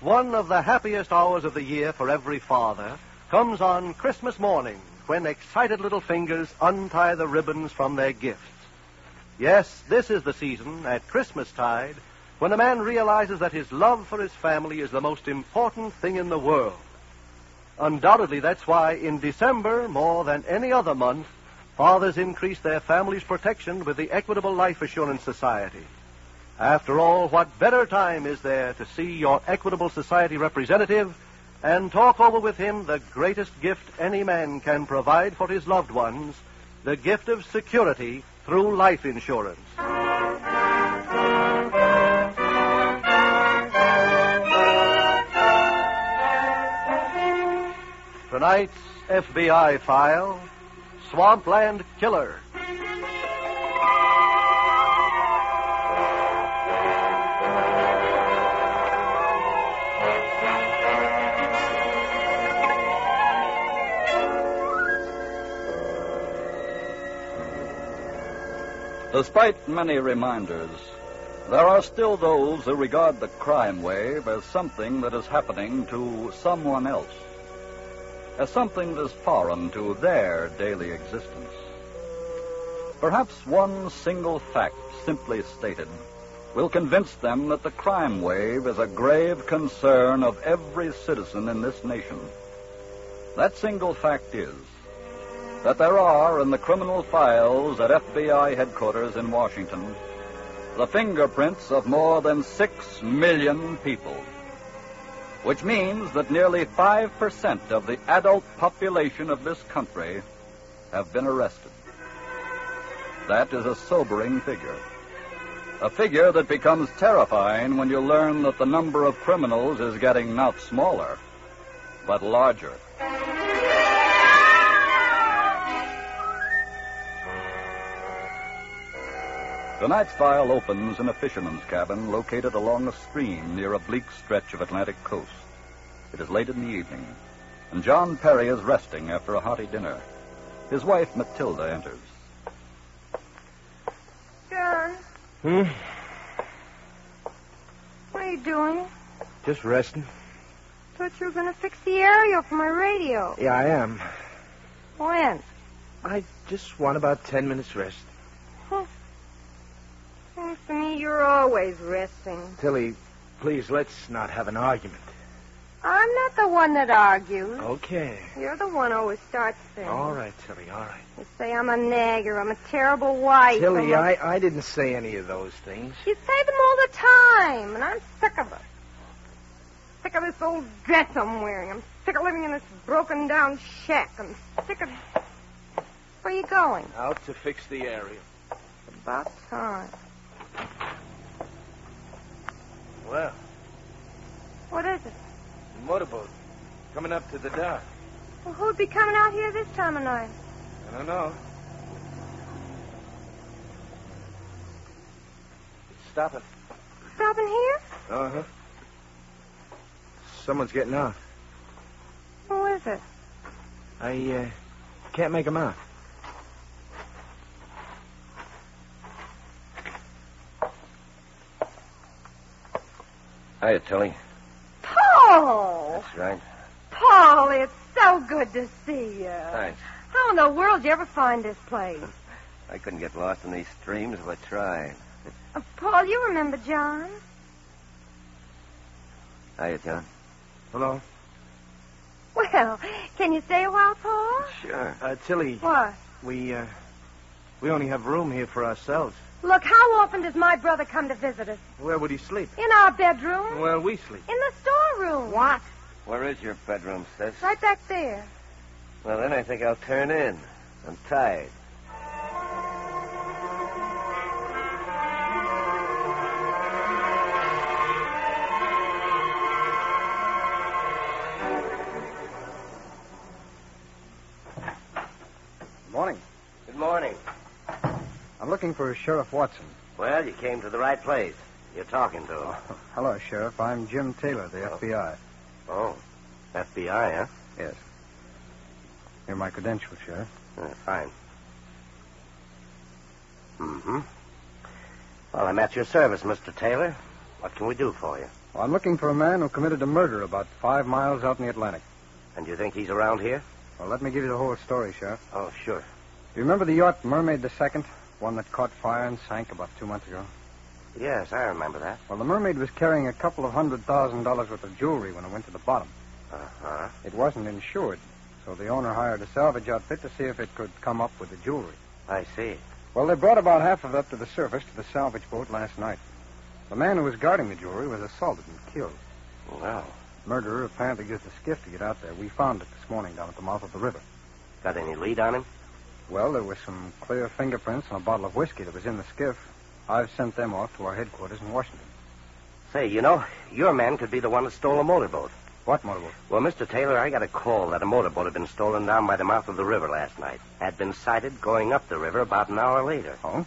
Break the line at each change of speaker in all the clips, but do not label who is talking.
One of the happiest hours of the year for every father comes on Christmas morning when excited little fingers untie the ribbons from their gifts. Yes, this is the season at Christmastide when a man realizes that his love for his family is the most important thing in the world. Undoubtedly, that's why in December, more than any other month, fathers increase their family's protection with the Equitable Life Assurance Society. After all, what better time is there to see your Equitable Society representative and talk over with him the greatest gift any man can provide for his loved ones the gift of security through life insurance? Tonight's FBI file Swampland Killer.
Despite many reminders, there are still those who regard the crime wave as something that is happening to someone else, as something that is foreign to their daily existence. Perhaps one single fact, simply stated, will convince them that the crime wave is a grave concern of every citizen in this nation. That single fact is that there are in the criminal files at FBI headquarters in Washington the fingerprints of more than six million people, which means that nearly 5% of the adult population of this country have been arrested. That is a sobering figure. A figure that becomes terrifying when you learn that the number of criminals is getting not smaller, but larger. Tonight's file opens in a fisherman's cabin located along a stream near a bleak stretch of Atlantic coast. It is late in the evening, and John Perry is resting after a hearty dinner. His wife, Matilda, enters.
John,
Hmm?
what are you doing?
Just resting?
Thought you were going to fix the aerial for my radio.
Yeah, I am.
When?
I just want about ten minutes rest.
Seems to me you're always resting.
Tilly, please, let's not have an argument.
I'm not the one that argues.
Okay.
You're the one who always starts things.
All right, Tilly, all right.
You say I'm a nagger. I'm a terrible wife.
Tilly,
I'm a-
I, I didn't say any of those things.
You say them all the time, and I'm sick of it. Sick of this old dress I'm wearing. I'm sick of living in this broken down shack. I'm sick of. Where are you going?
Out to fix the area.
About time.
Well,
What is it?
the motorboat. Coming up to the dock.
Well, who'd be coming out here this time of night?
I don't know. Stop it.
Stopping here?
Uh huh. Someone's getting out.
Who is it?
I uh, can't make him out.
Hiya, Tilly.
Paul!
That's right.
Paul, it's so good to see you.
Thanks.
How in the world you ever find this place?
I couldn't get lost in these streams if I tried.
Uh, Paul, you remember John?
Hiya, John.
Hello?
Well, can you stay a while, Paul?
Sure.
Uh, Tilly,
What?
we, uh, we only have room here for ourselves.
Look, how often does my brother come to visit us?
Where would he sleep?
In our bedroom?
Where we sleep.
In the storeroom? What?
Where is your bedroom, sis?
Right back there.
Well, then I think I'll turn in. I'm tired.
Morning.
Good morning.
I'm looking for Sheriff Watson.
Well, you came to the right place. You're talking to him.
Hello, Sheriff. I'm Jim Taylor, the FBI.
Oh, FBI, huh?
Yes. Here are my credentials, Sheriff.
Uh, fine. Mm-hmm. Well, I'm at your service, Mr. Taylor. What can we do for you?
Well, I'm looking for a man who committed a murder about five miles out in the Atlantic.
And you think he's around here?
Well, let me give you the whole story, Sheriff.
Oh, sure.
You remember the yacht Mermaid II, one that caught fire and sank about two months ago?
Yes, I remember that.
Well, the Mermaid was carrying a couple of hundred thousand dollars worth of jewelry when it went to the bottom.
Uh-huh.
It wasn't insured, so the owner hired a salvage outfit to see if it could come up with the jewelry.
Oh, I see.
Well, they brought about half of it up to the surface to the salvage boat last night. The man who was guarding the jewelry was assaulted and killed.
Well,
Murderer apparently used a skiff to get out there. We found it this morning down at the mouth of the river.
got any lead on him?
Well, there were some clear fingerprints on a bottle of whiskey that was in the skiff. I've sent them off to our headquarters in Washington.
Say, you know, your man could be the one that stole a motorboat.
What motorboat?
Well, Mr. Taylor, I got a call that a motorboat had been stolen down by the mouth of the river last night. Had been sighted going up the river about an hour later.
Oh,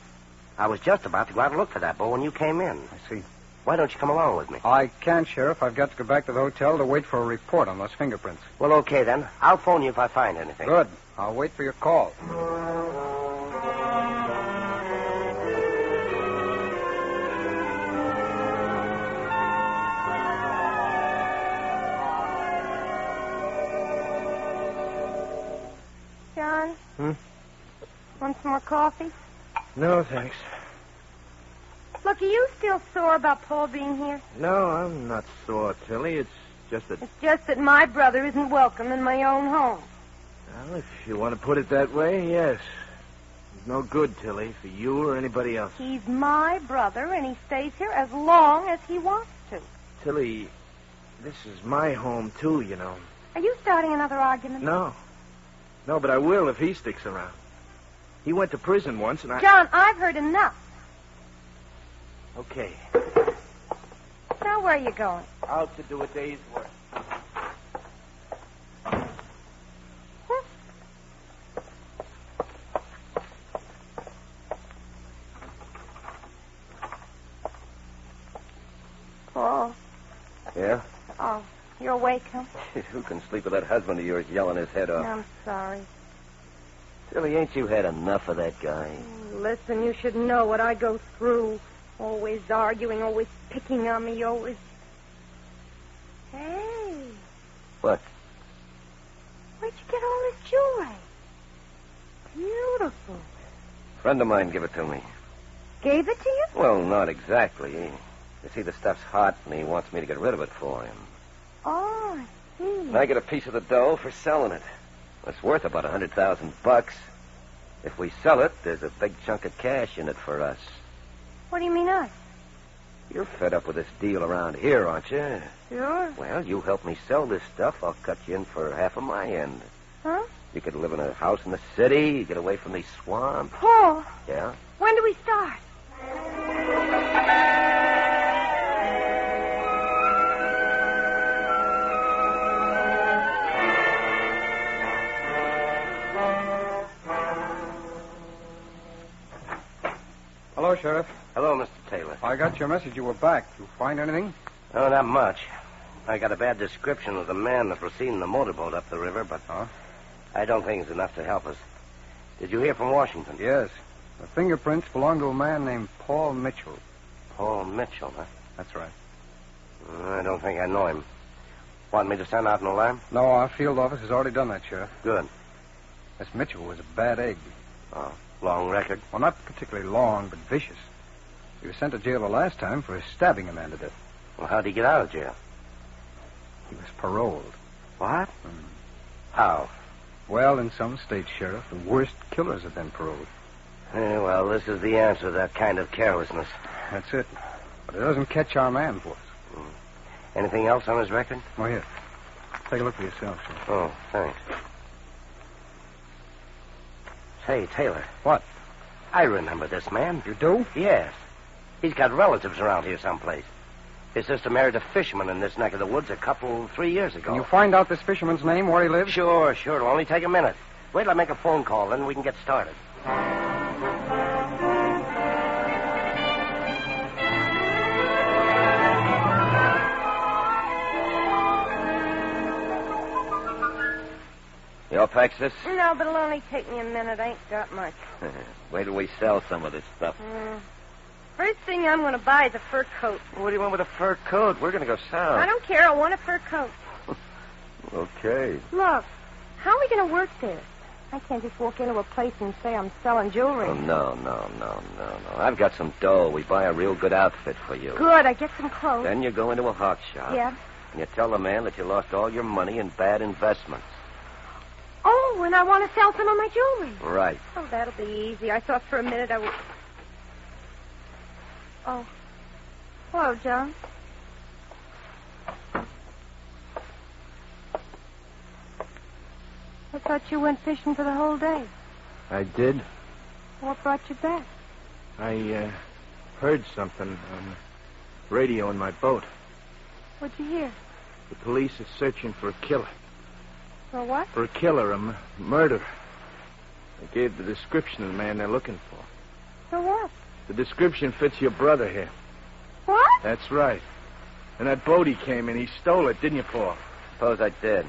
I was just about to go out and look for that boat when you came in.
I see.
Why don't you come along with me?
I can't, Sheriff. I've got to go back to the hotel to wait for a report on those fingerprints.
Well, okay then. I'll phone you if I find anything.
Good. I'll wait for your call.
John?
Hmm?
Want some more coffee?
No, thanks.
Look, are you still sore about Paul being here?
No, I'm not sore, Tilly. It's just that,
It's just that my brother isn't welcome in my own home.
well, if you want to put it that way, yes. It's no good, Tilly, for you or anybody else.
He's my brother, and he stays here as long as he wants to.
Tilly, this is my home, too, you know.
Are you starting another argument?
No. No, but I will if he sticks around. He went to prison once, and I.
John, I've heard enough.
Okay.
Now, where are you going?
Out to do a day's work.
Paul.
Yeah?
Oh, you're awake, huh?
Who can sleep with that husband of yours yelling his head off?
I'm sorry.
Tilly, ain't you had enough of that guy?
Listen, you should know what I go through. Always arguing, always picking on me, always. Hey,
What?
where'd you get all this jewelry? Beautiful.
Friend of mine give it to me.
Gave it to you?
Well, not exactly. You see, the stuff's hot, and he wants me to get rid of it for him.
Oh, I see.
And I get a piece of the dough for selling it. It's worth about a hundred thousand bucks. If we sell it, there's a big chunk of cash in it for us.
What do you mean, I?
You're fed up with this deal around here, aren't you?
Sure.
Well, you help me sell this stuff, I'll cut you in for half of my end.
Huh?
You could live in a house in the city, get away from these swamps.
Paul,
Yeah?
when do we start?
Hello, Sheriff.
Hello, Mr. Taylor.
I got your message. You were back. You find anything?
Oh, not much. I got a bad description of the man that was seen in the motorboat up the river, but
Huh?
I don't think it's enough to help us. Did you hear from Washington?
Yes. The fingerprints belong to a man named Paul Mitchell.
Paul Mitchell, huh?
That's right.
Mm, I don't think I know him. Want me to send out an alarm?
No, our field office has already done that, Sheriff.
Good.
Miss Mitchell was a bad egg.
Oh, long record.
Well, not particularly long, but vicious. He was sent to jail the last time for stabbing a man to death.
Well, how'd he get out of jail?
He was paroled.
What? How?
Well, in some states, Sheriff, the worst killers have been paroled.
Eh, well, this is the answer to that kind of carelessness.
That's it. But it doesn't catch our man for us.
Anything else on his record?
Well, here. Take a look for yourself, Sheriff.
Oh, thanks. Say, Taylor.
What?
I remember this man.
You do?
Yes. He's got relatives around here someplace. His sister married a fisherman in this neck of the woods a couple, three years ago.
Can you find out this fisherman's name, where he lives?
Sure, sure. It'll only take a minute. Wait till I make a phone call, then we can get started. Your Texas?
No, but it'll only take me a minute. I ain't got much.
Wait till we sell some of this stuff.
Mm. First thing I'm going to buy is a fur coat.
What do you want with a fur coat? We're going to go south.
I don't care. I want a fur coat.
Okay.
Look, how are we going to work this? I can't just walk into a place and say I'm selling jewelry.
Oh, no, no, no, no, no. I've got some dough. We buy a real good outfit for you.
Good. I get some clothes.
Then you go into a hawk shop.
yeah.
And you tell the man that you lost all your money in bad investments.
Oh, and I want to sell some of my jewelry.
Right.
Oh, that'll be easy. I thought for a minute I would. Oh. Hello, John. I thought you went fishing for the whole day.
I did.
What brought you back?
I uh, heard something on the radio in my boat.
What'd you hear?
The police are searching for a killer.
For what?
For a killer, a m- murderer. I gave the description of the man they're looking for.
For what?
The description fits your brother here.
What?
That's right. And that boat he came in, he stole it, didn't you, Paul?
Suppose I did.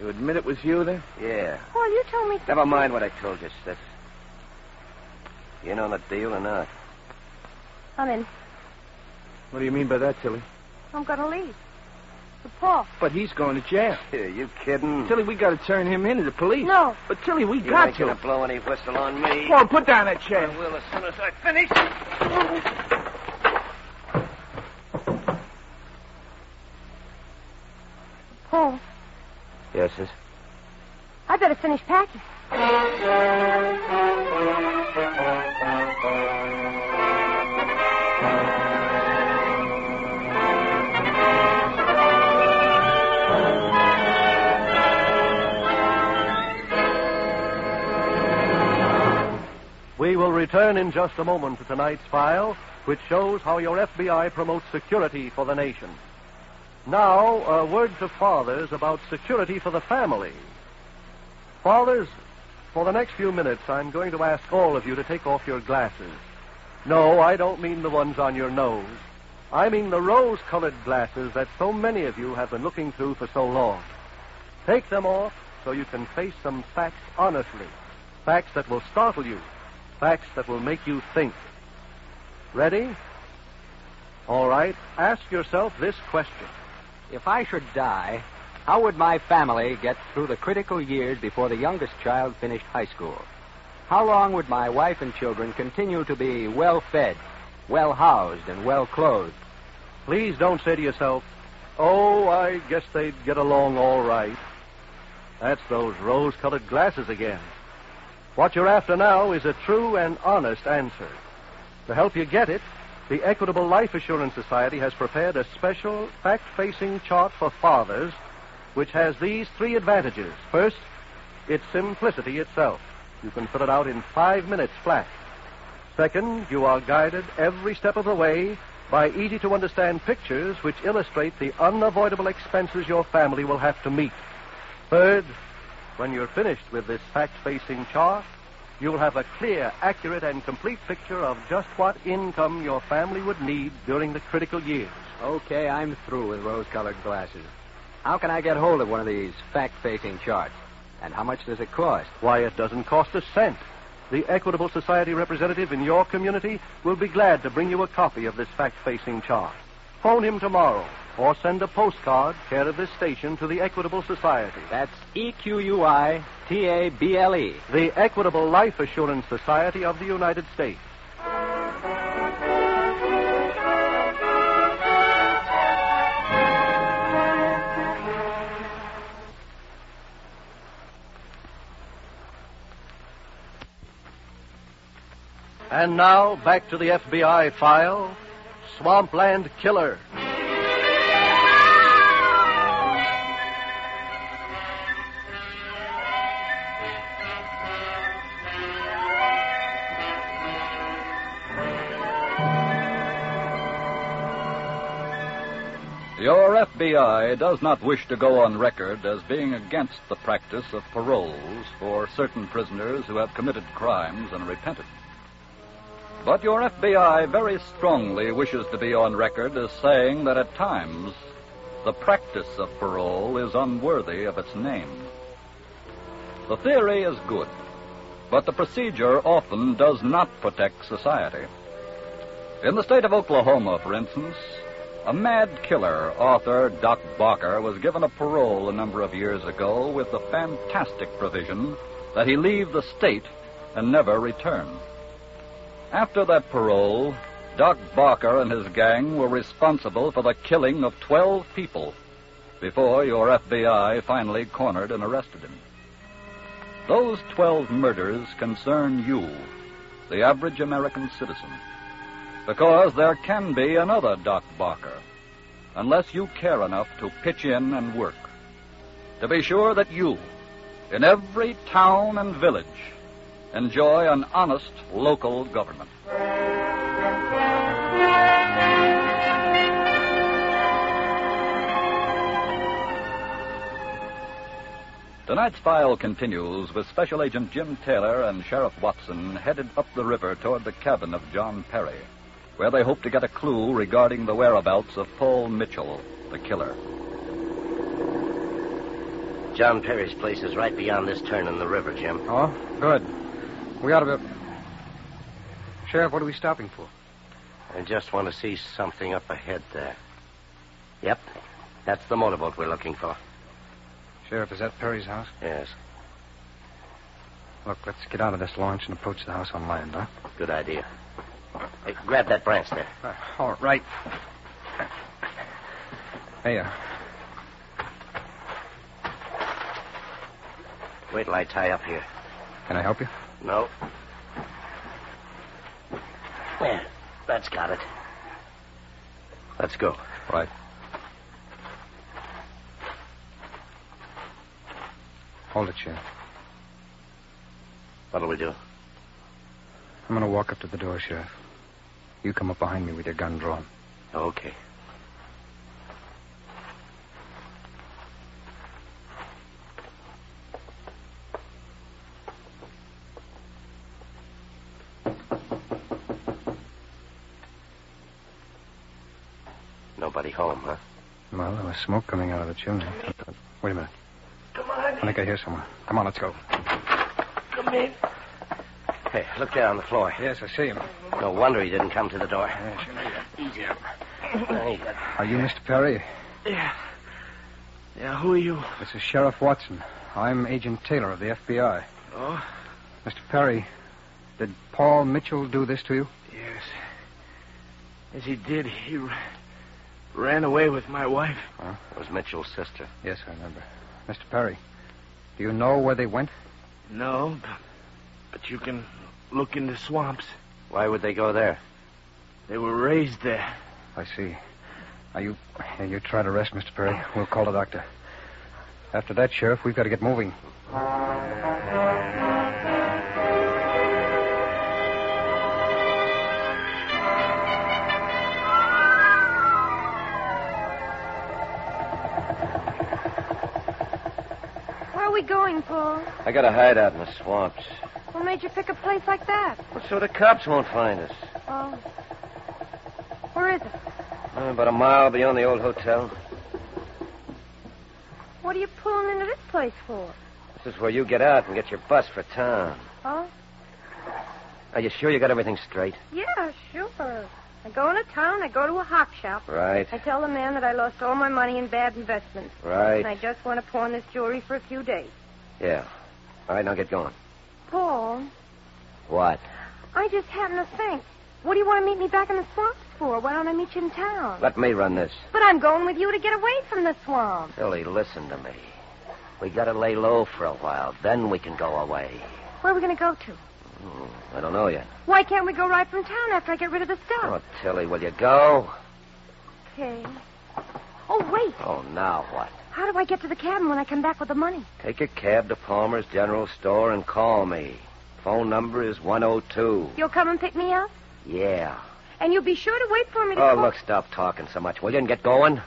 You admit it was you then?
Yeah.
Paul, you told me.
Never mind what I told you, Sis. You know the deal or not?
I'm in.
What do you mean by that, Tilly?
I'm going to leave. But Paul.
But he's going to jail.
Are you kidding?
Tilly, we gotta turn him in to the police.
No.
But Tilly, we
you
got
ain't
to.
gonna blow any whistle on me.
Paul, put down that
I
chair.
will as soon as I finish.
Paul,
Yes, sis.
I better finish packing.
We will return in just a moment to tonight's file, which shows how your FBI promotes security for the nation. Now, a word to fathers about security for the family. Fathers, for the next few minutes, I'm going to ask all of you to take off your glasses. No, I don't mean the ones on your nose. I mean the rose colored glasses that so many of you have been looking through for so long. Take them off so you can face some facts honestly. Facts that will startle you. Facts that will make you think. Ready? All right. Ask yourself this question.
If I should die, how would my family get through the critical years before the youngest child finished high school? How long would my wife and children continue to be well fed, well housed, and well clothed?
Please don't say to yourself, oh, I guess they'd get along all right. That's those rose colored glasses again. What you're after now is a true and honest answer. To help you get it, the Equitable Life Assurance Society has prepared a special fact facing chart for fathers which has these three advantages. First, it's simplicity itself. You can fill it out in five minutes flat. Second, you are guided every step of the way by easy to understand pictures which illustrate the unavoidable expenses your family will have to meet. Third, when you're finished with this fact facing chart, you'll have a clear, accurate, and complete picture of just what income your family would need during the critical years.
Okay, I'm through with rose colored glasses. How can I get hold of one of these fact facing charts? And how much does it cost?
Why, it doesn't cost a cent. The Equitable Society representative in your community will be glad to bring you a copy of this fact facing chart. Phone him tomorrow or send a postcard, care of this station, to the Equitable Society.
That's E Q U I T A B L E.
The Equitable Life Assurance Society of the United States. And now, back to the FBI file Swampland Killer.
Your FBI does not wish to go on record as being against the practice of paroles for certain prisoners who have committed crimes and repented. But your FBI very strongly wishes to be on record as saying that at times the practice of parole is unworthy of its name. The theory is good, but the procedure often does not protect society. In the state of Oklahoma, for instance, a mad killer, author Doc Barker, was given a parole a number of years ago with the fantastic provision that he leave the state and never return. After that parole, Doc Barker and his gang were responsible for the killing of 12 people before your FBI finally cornered and arrested him. Those 12 murders concern you, the average American citizen because there can be another Doc Barker, unless you care enough to pitch in and work. To be sure that you, in every town and village, enjoy an honest local government. Tonight's file continues with Special Agent Jim Taylor and Sheriff Watson headed up the river toward the cabin of John Perry, where they hope to get a clue regarding the whereabouts of Paul Mitchell, the killer.
John Perry's place is right beyond this turn in the river, Jim.
Oh, good. We ought to be. Sheriff, what are we stopping for?
I just want to see something up ahead there. Yep, that's the motorboat we're looking for.
Sheriff, is that Perry's house?
Yes,
Look, let's get out of this launch and approach the house on land, huh?
good idea. Hey, grab that branch there.
Uh, all right. Hey, uh,
Wait till I tie up here.
can I help you?
No. There, that's got it. Let's go.
Right.
Hold it, Sheriff.
What'll we do?
I'm going to walk up to the door, Sheriff. You come up behind me with your gun drawn.
Okay. Nobody home, huh?
Well, there was smoke coming out of the chimney. Wait a minute.
Come on,
I think I hear someone. Come on, let's go.
come in. Hey, look there on the floor.
Yes, I see him.
No wonder he didn't come to the door. Easy up.
Are you Mr. Perry?
Yeah. Yeah, who are you?
This is Sheriff Watson. I'm Agent Taylor of the FBI.
Oh,
Mr. Perry, did Paul Mitchell do this to you?
yes. As he did, he r- ran away with my wife.
It was Mitchell's sister.
Yes, I remember. Mr. Perry, do you know where they went?
No, but, but you can look in the swamps.
Why would they go there?
They were raised there.
I see. Now, you, now you try to rest, Mr. Perry. We'll call the doctor. After that, Sheriff, we've got to get moving.
Where are we going, Paul?
I got a hideout in the swamps.
What made you pick a place like that?
Well, so the cops won't find us.
Oh. Where is it?
Uh, about a mile beyond the old hotel.
What are you pulling into this place for?
This is where you get out and get your bus for town.
Oh?
Are you sure you got everything straight?
Yeah, sure. I go into town, I go to a hop shop.
Right,
I tell the man that I lost all my money in bad investments. And I
right.
just want to pawn this jewelry for a few days.
Yeah. All right, now get going.
Paul,
What?
I just happened to think. What do you want to meet me back in the swamps for? Why don't I meet you in town?
Let me run this.
But I'm going with you to get away from the swamp.
Billy, listen to me. We gotta lay low for a while, then we can go away.
Where are we going to go to?
Hmm, I don't know yet.
Why can't we go right from town after I get rid of the
Oh,
stuff?
Tilly, will you go?
Okay. Oh, wait.
Oh, now what?
How do I get to the cabin when I come back with the money?
Take a cab to Palmer's General Store and call me. Phone number is 102.
You'll come and pick me up?
Yeah.
And you'll be sure to wait for me to
Oh,
call-
look, stop talking so much, will you, and get going?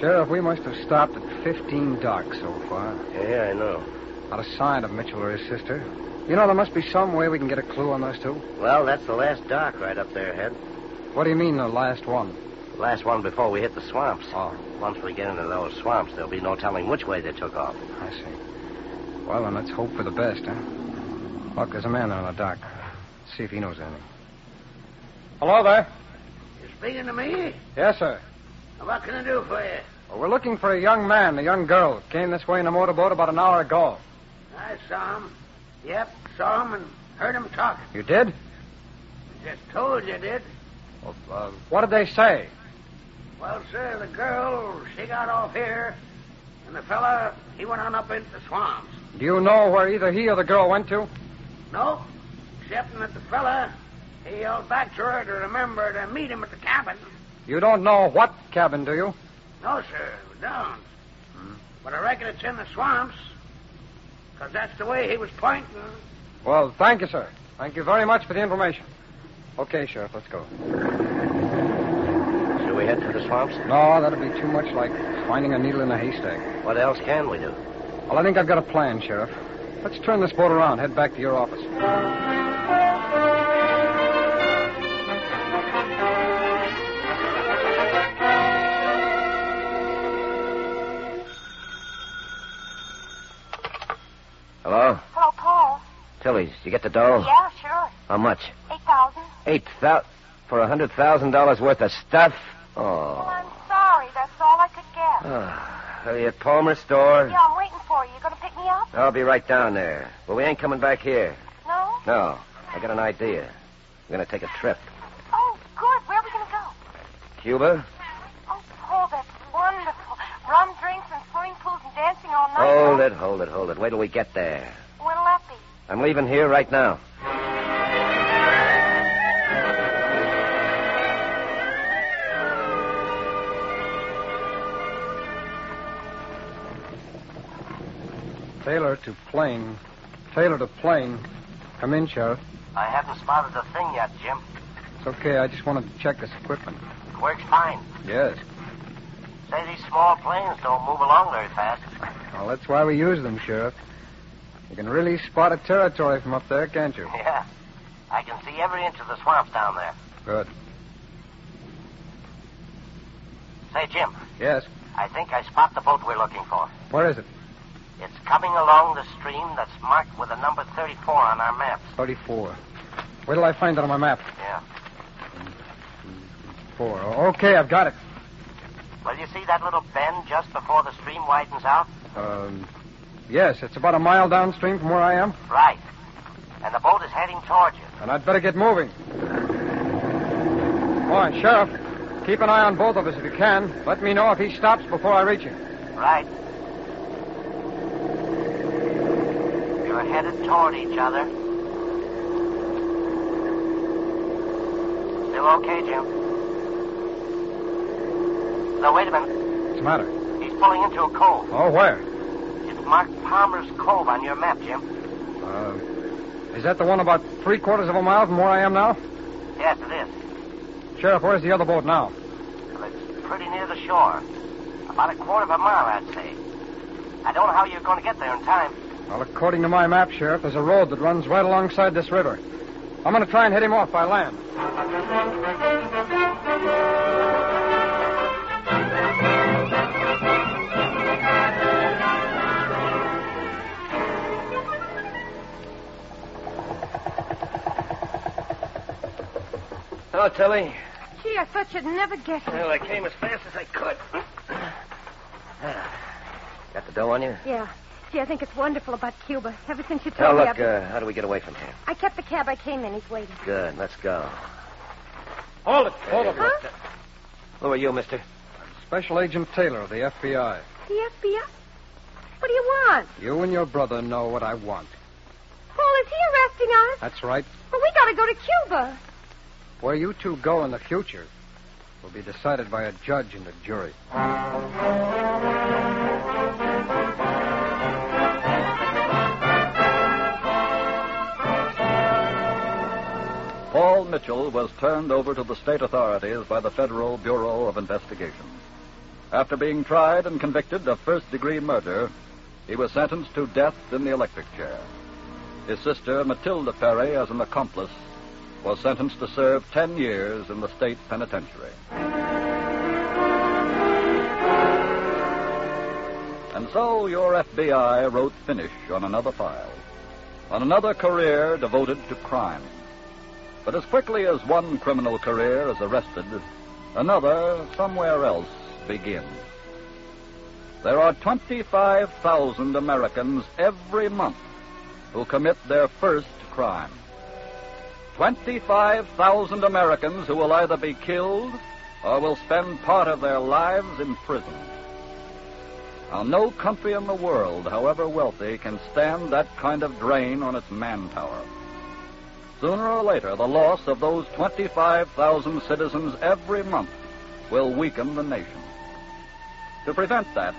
Sheriff, we must have stopped at 15 docks so far.
Yeah, I know.
Not a sign of Mitchell or his sister. You know, there must be some way we can get a clue on those two.
Well, that's the last dock right up there, Head.
What do you mean, the last one?
Last one before we hit the swamps.
Oh.
Once we get into those swamps, there'll be no telling which way they took off.
I see. Well, then let's hope for the best, huh? Look, there's a man on the dock. See if he knows anything. Hello there.
You speaking to me?
Yes, sir.
What can I do for you?
Well, we're looking for a young man, a young girl. Came this way in a motorboat about an hour ago.
I saw him. Yep, saw him and heard him talking.
You did?
Just told you did.
Well, uh, what did they say?
Well, sir, the girl, she got off here, and the fella, he went on up into the swamps.
Do you know where either he or the girl went to?
Nope, excepting that the fella, he yelled back to her to remember to meet him at the cabin.
You don't know what cabin, do you?
No, sir, it was down.
Hmm?
But I reckon it's in the swamps, 'cause that's the way he was pointing.
Well, thank you, sir. Thank you very much for the information. Okay, Sheriff, let's go.
Should we head for the swamps?
No, that'd be too much like finding a needle in a haystack.
What else can we do?
Well, I think I've got a plan, Sheriff. Let's turn this boat around, head back to your office.
Hello?
Hello, Paul.
Tilly's, you get the dough?
Yeah, sure.
How much?
8000
Eight thousand for a hundred thousand dollars worth of stuff?
Well,
Oh.
I'm sorry. That's all I could get.
Ah, Are you at Palmer's store?
Yeah, I'm waiting for you. You going to pick me up?
I'll be right down there. But we ain't coming back here.
No?
No. I got an idea. We're gonna take a trip.
Oh, good. Where are we going to go?
Cuba?
Oh, Paul, that's wonderful. Rum drinks and swimming pools and dancing all night.
Hold it, hold it, hold it. Wait till we get there.
When'll that be?
I'm leaving here right now.
Taylor to plane. Taylor to plane. Come in, Sheriff.
I haven't spotted a thing yet, Jim.
It's okay. I just wanted to check this equipment.
Works fine.
Yes.
Say these small planes don't move along very fast.
Well, that's why we use them, Sheriff. You can really spot a territory from up there, can't you?
Yeah. I can see every inch of the swamps down there.
Good.
Say, Jim,
Yes.
I think I spot the boat we're looking for.
Where is it?
It's coming along the stream that's marked with the number 34 on our maps.
34. Where till I find it on my map?
Yeah.
Four. Okay, I've got it.
Well, you see that little bend just before the stream widens out?
Um, yes, it's about a mile downstream from where I am,
Right. And the boat is heading toward you.
and I'd better get moving. Boy, Sheriff, keep an eye on both of us if you can. Let me know if he stops before I reach him.
Right. You're headed toward each other. Still okay, Jim? No, wait a minute.
What's the matter?
He's pulling into a cove.
Oh, where?
It's marked Palmer's Cove on your map, Jim.
Uh, is that the one about three quarters of a mile from where I am now?
Yes, it is.
Sheriff, where's the other boat now?
Well, it's pretty near the shore. About a quarter of a mile, I'd say. I don't know how you're going to get there in time.
Well, according to my map, Sheriff, there's a road that runs right alongside this river. I'm going to try and hit him off by land.
Oh, Tilly.
Gee, I thought you'd never get here.
Well, I came as fast as I could. Got the dough on you?
Yeah. Gee, I think it's wonderful about Cuba. Ever since you
Now,
told me, I've
look,
been-
uh, how do we get away from here?
I kept the cab I came in. He's waiting.
Good, let's go.
Hold it.
Hold it.
Huh?
Who are you, mister?
Special Agent Taylor of the FBI.
The FBI? What do you want?
You and your brother know what I want.
Paul, is he arresting us?
That's right.
Well, we gotta go to Cuba.
Where you two go in the future will be decided by a judge and a jury.
Paul Mitchell was turned over to the state authorities by the Federal Bureau of Investigation. After being tried and convicted of first degree murder, he was sentenced to death in the electric chair. His sister, Matilda Perry, as an accomplice, was sentenced to serve 10 years in the state penitentiary. And so your FBI wrote finish on another file, on another career devoted to crime. But as quickly as one criminal career is arrested, another somewhere else begins. There are 25,000 Americans every month who commit their first crime. 25,000 Americans who will either be killed or will spend part of their lives in prison. Now, no country in the world, however wealthy, can stand that kind of drain on its manpower. Sooner or later, the loss of those 25,000 citizens every month will weaken the nation. To prevent that,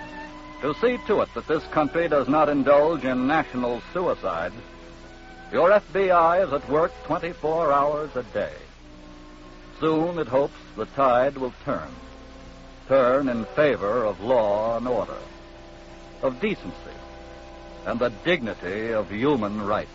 to see to it that this country does not indulge in national suicide, your FBI is at work 24 hours a day. Soon, it hopes, the tide will turn. Turn in favor of law and order, of decency, and the dignity of human rights.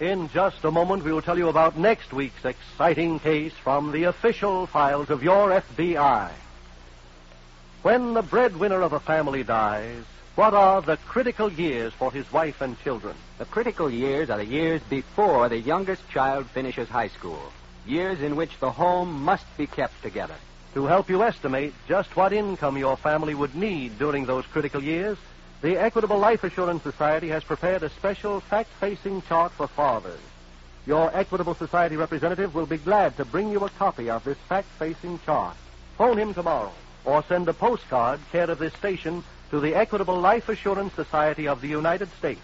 In just a moment, we will tell you about next week's exciting case from the official files of your FBI. When the breadwinner of a family dies, what are the critical years for his wife and children?
The critical years are the years before the youngest child finishes high school, years in which the home must be kept together.
To help you estimate just what income your family would need during those critical years, the Equitable Life Assurance Society has prepared a special fact-facing chart for fathers. Your Equitable Society representative will be glad to bring you a copy of this fact-facing chart. Phone him tomorrow or send a postcard care of this station to the Equitable Life Assurance Society of the United States.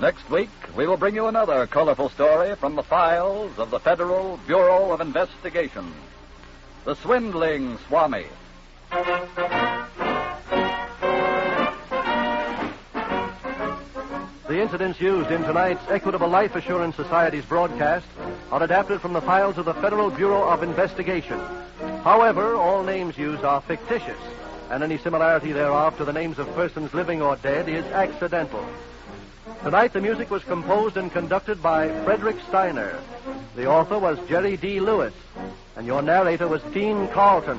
Next week, we will bring you another colorful story from the files of the Federal Bureau of Investigation The Swindling Swami.
The incidents used in tonight's Equitable Life Assurance Society's broadcast are adapted from the files of the Federal Bureau of Investigation. However, all names used are fictitious, and any similarity thereof to the names of persons living or dead is accidental. Tonight, the music was composed and conducted by Frederick Steiner. The author was Jerry D. Lewis, and your narrator was Dean Carlton.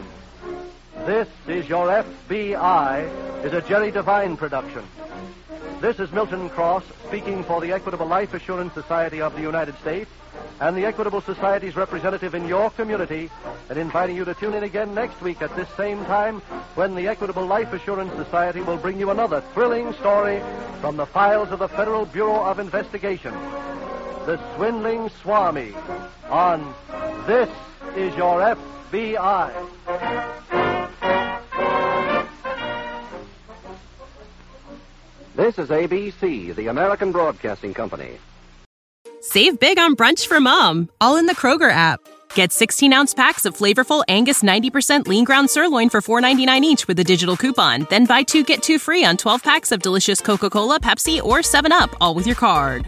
This is Your FBI is a Jerry Devine production. This is Milton Cross speaking for the Equitable Life Assurance Society of the United States and the Equitable Society's representative in your community and inviting you to tune in again next week at this same time when the Equitable Life Assurance Society will bring you another thrilling story from the files of the Federal Bureau of Investigation. The Swindling Swami on This is Your FBI.
This is ABC, the American Broadcasting Company.
Save big on brunch for mom, all in the Kroger app. Get 16 ounce packs of flavorful Angus 90% lean ground sirloin for $4.99 each with a digital coupon. Then buy two get two free on 12 packs of delicious Coca Cola, Pepsi, or 7UP, all with your card.